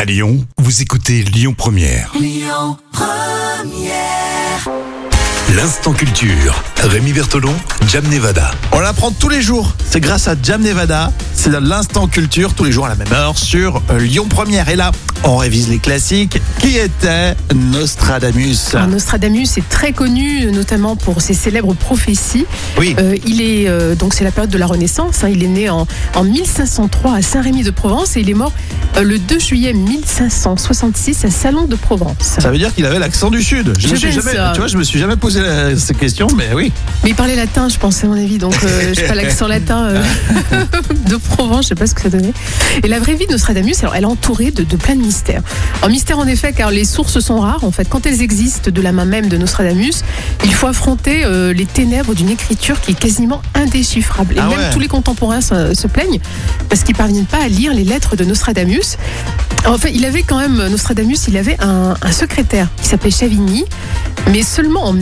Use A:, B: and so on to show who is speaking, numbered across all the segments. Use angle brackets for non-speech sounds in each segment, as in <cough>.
A: À Lyon, vous écoutez Lyon Première. L'instant culture. Rémi Bertolon, Jam Nevada.
B: On l'apprend tous les jours. C'est grâce à Jam Nevada. C'est dans l'instant culture tous les jours à la même heure sur euh, Lyon Première. Et là, on révise les classiques. Qui était Nostradamus
C: Alors, Nostradamus est très connu, euh, notamment pour ses célèbres prophéties.
B: Oui.
C: Euh, il est euh, donc c'est la période de la Renaissance. hein. il est né en, en 1503 à Saint-Rémy-de-Provence et il est mort euh, le 2 juillet 1566 à Salon de Provence.
B: Ça veut dire qu'il avait l'accent du sud. Je
C: Je
B: me suis
C: pense,
B: jamais,
C: euh.
B: tu vois, je me suis jamais posé la- cette question, mais oui.
C: Mais il parlait latin, je pense à mon avis, donc
B: <laughs>
C: euh, je sais pas l'accent latin euh, <laughs> de Provence, je sais pas ce que ça donnait. Et la vraie vie de Nostradamus, alors elle est entourée de, de plein de mystères. Un mystère en effet, car les sources sont rares. En fait, quand elles existent de la main même de Nostradamus, il faut affronter euh, les ténèbres d'une écriture qui est quasiment indéchiffrable. Et
B: Ah
C: même
B: ouais.
C: tous les contemporains se, se plaignent parce qu'ils parviennent pas à lire les lettres de Nostradamus. En fait, il avait quand même, Nostradamus, il avait un, un secrétaire qui s'appelait Chavigny, mais seulement en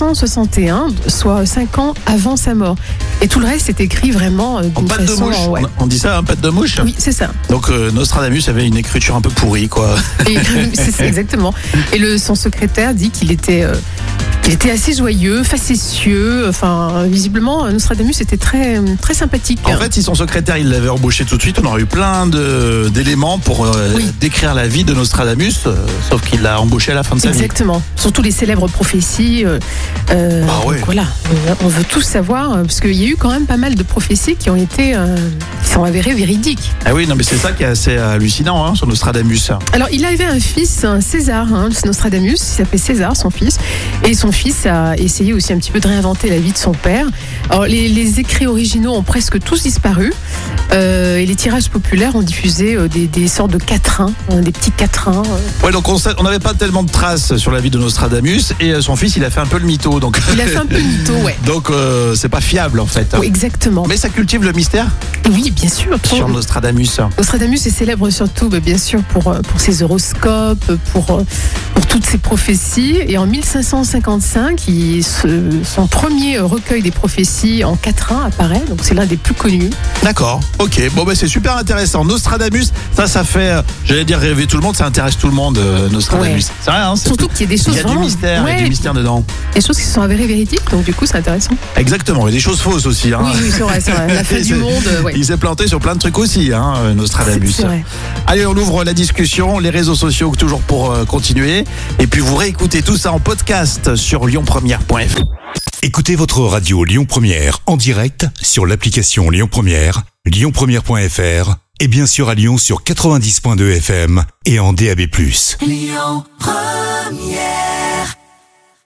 C: 1561, soit 5 ans avant sa mort. Et tout le reste est écrit vraiment euh,
B: En
C: d'une
B: pâte de
C: façon.
B: mouche.
C: euh, ouais.
B: On on dit ça, un pâte de mouche.
C: Oui, c'est ça.
B: Donc euh, Nostradamus avait une écriture un peu pourrie, quoi.
C: Et, <laughs> c'est ça, exactement. Et le, son secrétaire dit qu'il était, euh, qu'il était assez joyeux, facétieux. Enfin, visiblement, euh, Nostradamus était très, euh, très sympathique.
B: En fait, si son secrétaire il l'avait embauché tout de suite, on aurait eu plein de- d'éléments pour euh,
C: Oui.
B: décrire la vie de Nostradamus, euh, sauf qu'il l'a embauché à la fin de sa vie.
C: Exactement. Surtout les célèbres prophéties. euh, euh,
B: Ah ouais.
C: donc voilà, Euh, on veut tous savoir, euh, parce qu'il y a eu quand même pas mal de prophéties qui ont été, euh, qui sont avérées véridiques.
B: Ah oui, non, mais c'est ça qui est assez hallucinant hein, sur Nostradamus.
C: Alors, il avait un fils, un César, hein, le Nostradamus, il s'appelait César, son fils. Et son fils a essayé aussi un petit peu de réinventer la vie de son père. Alors, les, les écrits originaux ont presque tous disparu. euh, et les tirages populaires ont diffusé euh, des, des sortes de quatrains, hein, des petits quatrains. euh,
B: Ouais, donc on sait- on n'avait pas tellement de traces sur la vie de Nostradamus et euh, son fils, il a fait un peu le mytho. Donc, <laughs>
C: Il a fait un peu mytho, ouais.
B: donc euh, c'est pas fiable en fait.
C: Oui, exactement.
B: Mais ça cultive le mystère
C: Oui, bien sûr.
B: sur Nostradamus.
C: Nostradamus est célèbre surtout, bah, bien sûr, pour, euh, pour ses horoscopes, pour, euh, pour toutes ses prophéties. Et en 1555, il- ce- son premier euh, recueil des prophéties en quatrain apparaît, donc c'est l'un des plus connus.
B: D'accord, ok. Bon, bah, c'est super intéressant. Nostradamus, ça, ça fait, euh, j'allais dire rêver tout le monde, ça intéresse tout le monde, euh, Nostradamus.
C: Ouais.
B: C'est vrai, hein, c'est-
C: Surtout qu'il y a des
B: il
C: choses
B: y a du
C: vraiment.
B: mystère, il y a
C: Ouais,
B: du mystère dedans.
C: des choses qui se sont avérées véridiques, donc du coup, c'est intéressant.
B: Exactement, et des choses fausses aussi. Hein.
C: Oui, oui, c'est vrai, c'est
B: <laughs>
C: vrai. La fin
B: C'est-
C: du monde, euh, ouais.
B: Il s'est planté sur plein de trucs aussi, hein, euh, Nostradamus.
C: C'est- c'est vrai.
B: Allez, on ouvre la discussion, les réseaux sociaux toujours pour euh, continuer. Et puis vous réécoutez tout ça en podcast sur lyonpremière.fr.
A: Écoutez votre radio Lyon Première en direct sur l'application Lyon Première, lyonpremière.fr et bien sûr à Lyon sur 90.2 FM et en DAB+.
D: Lyon Première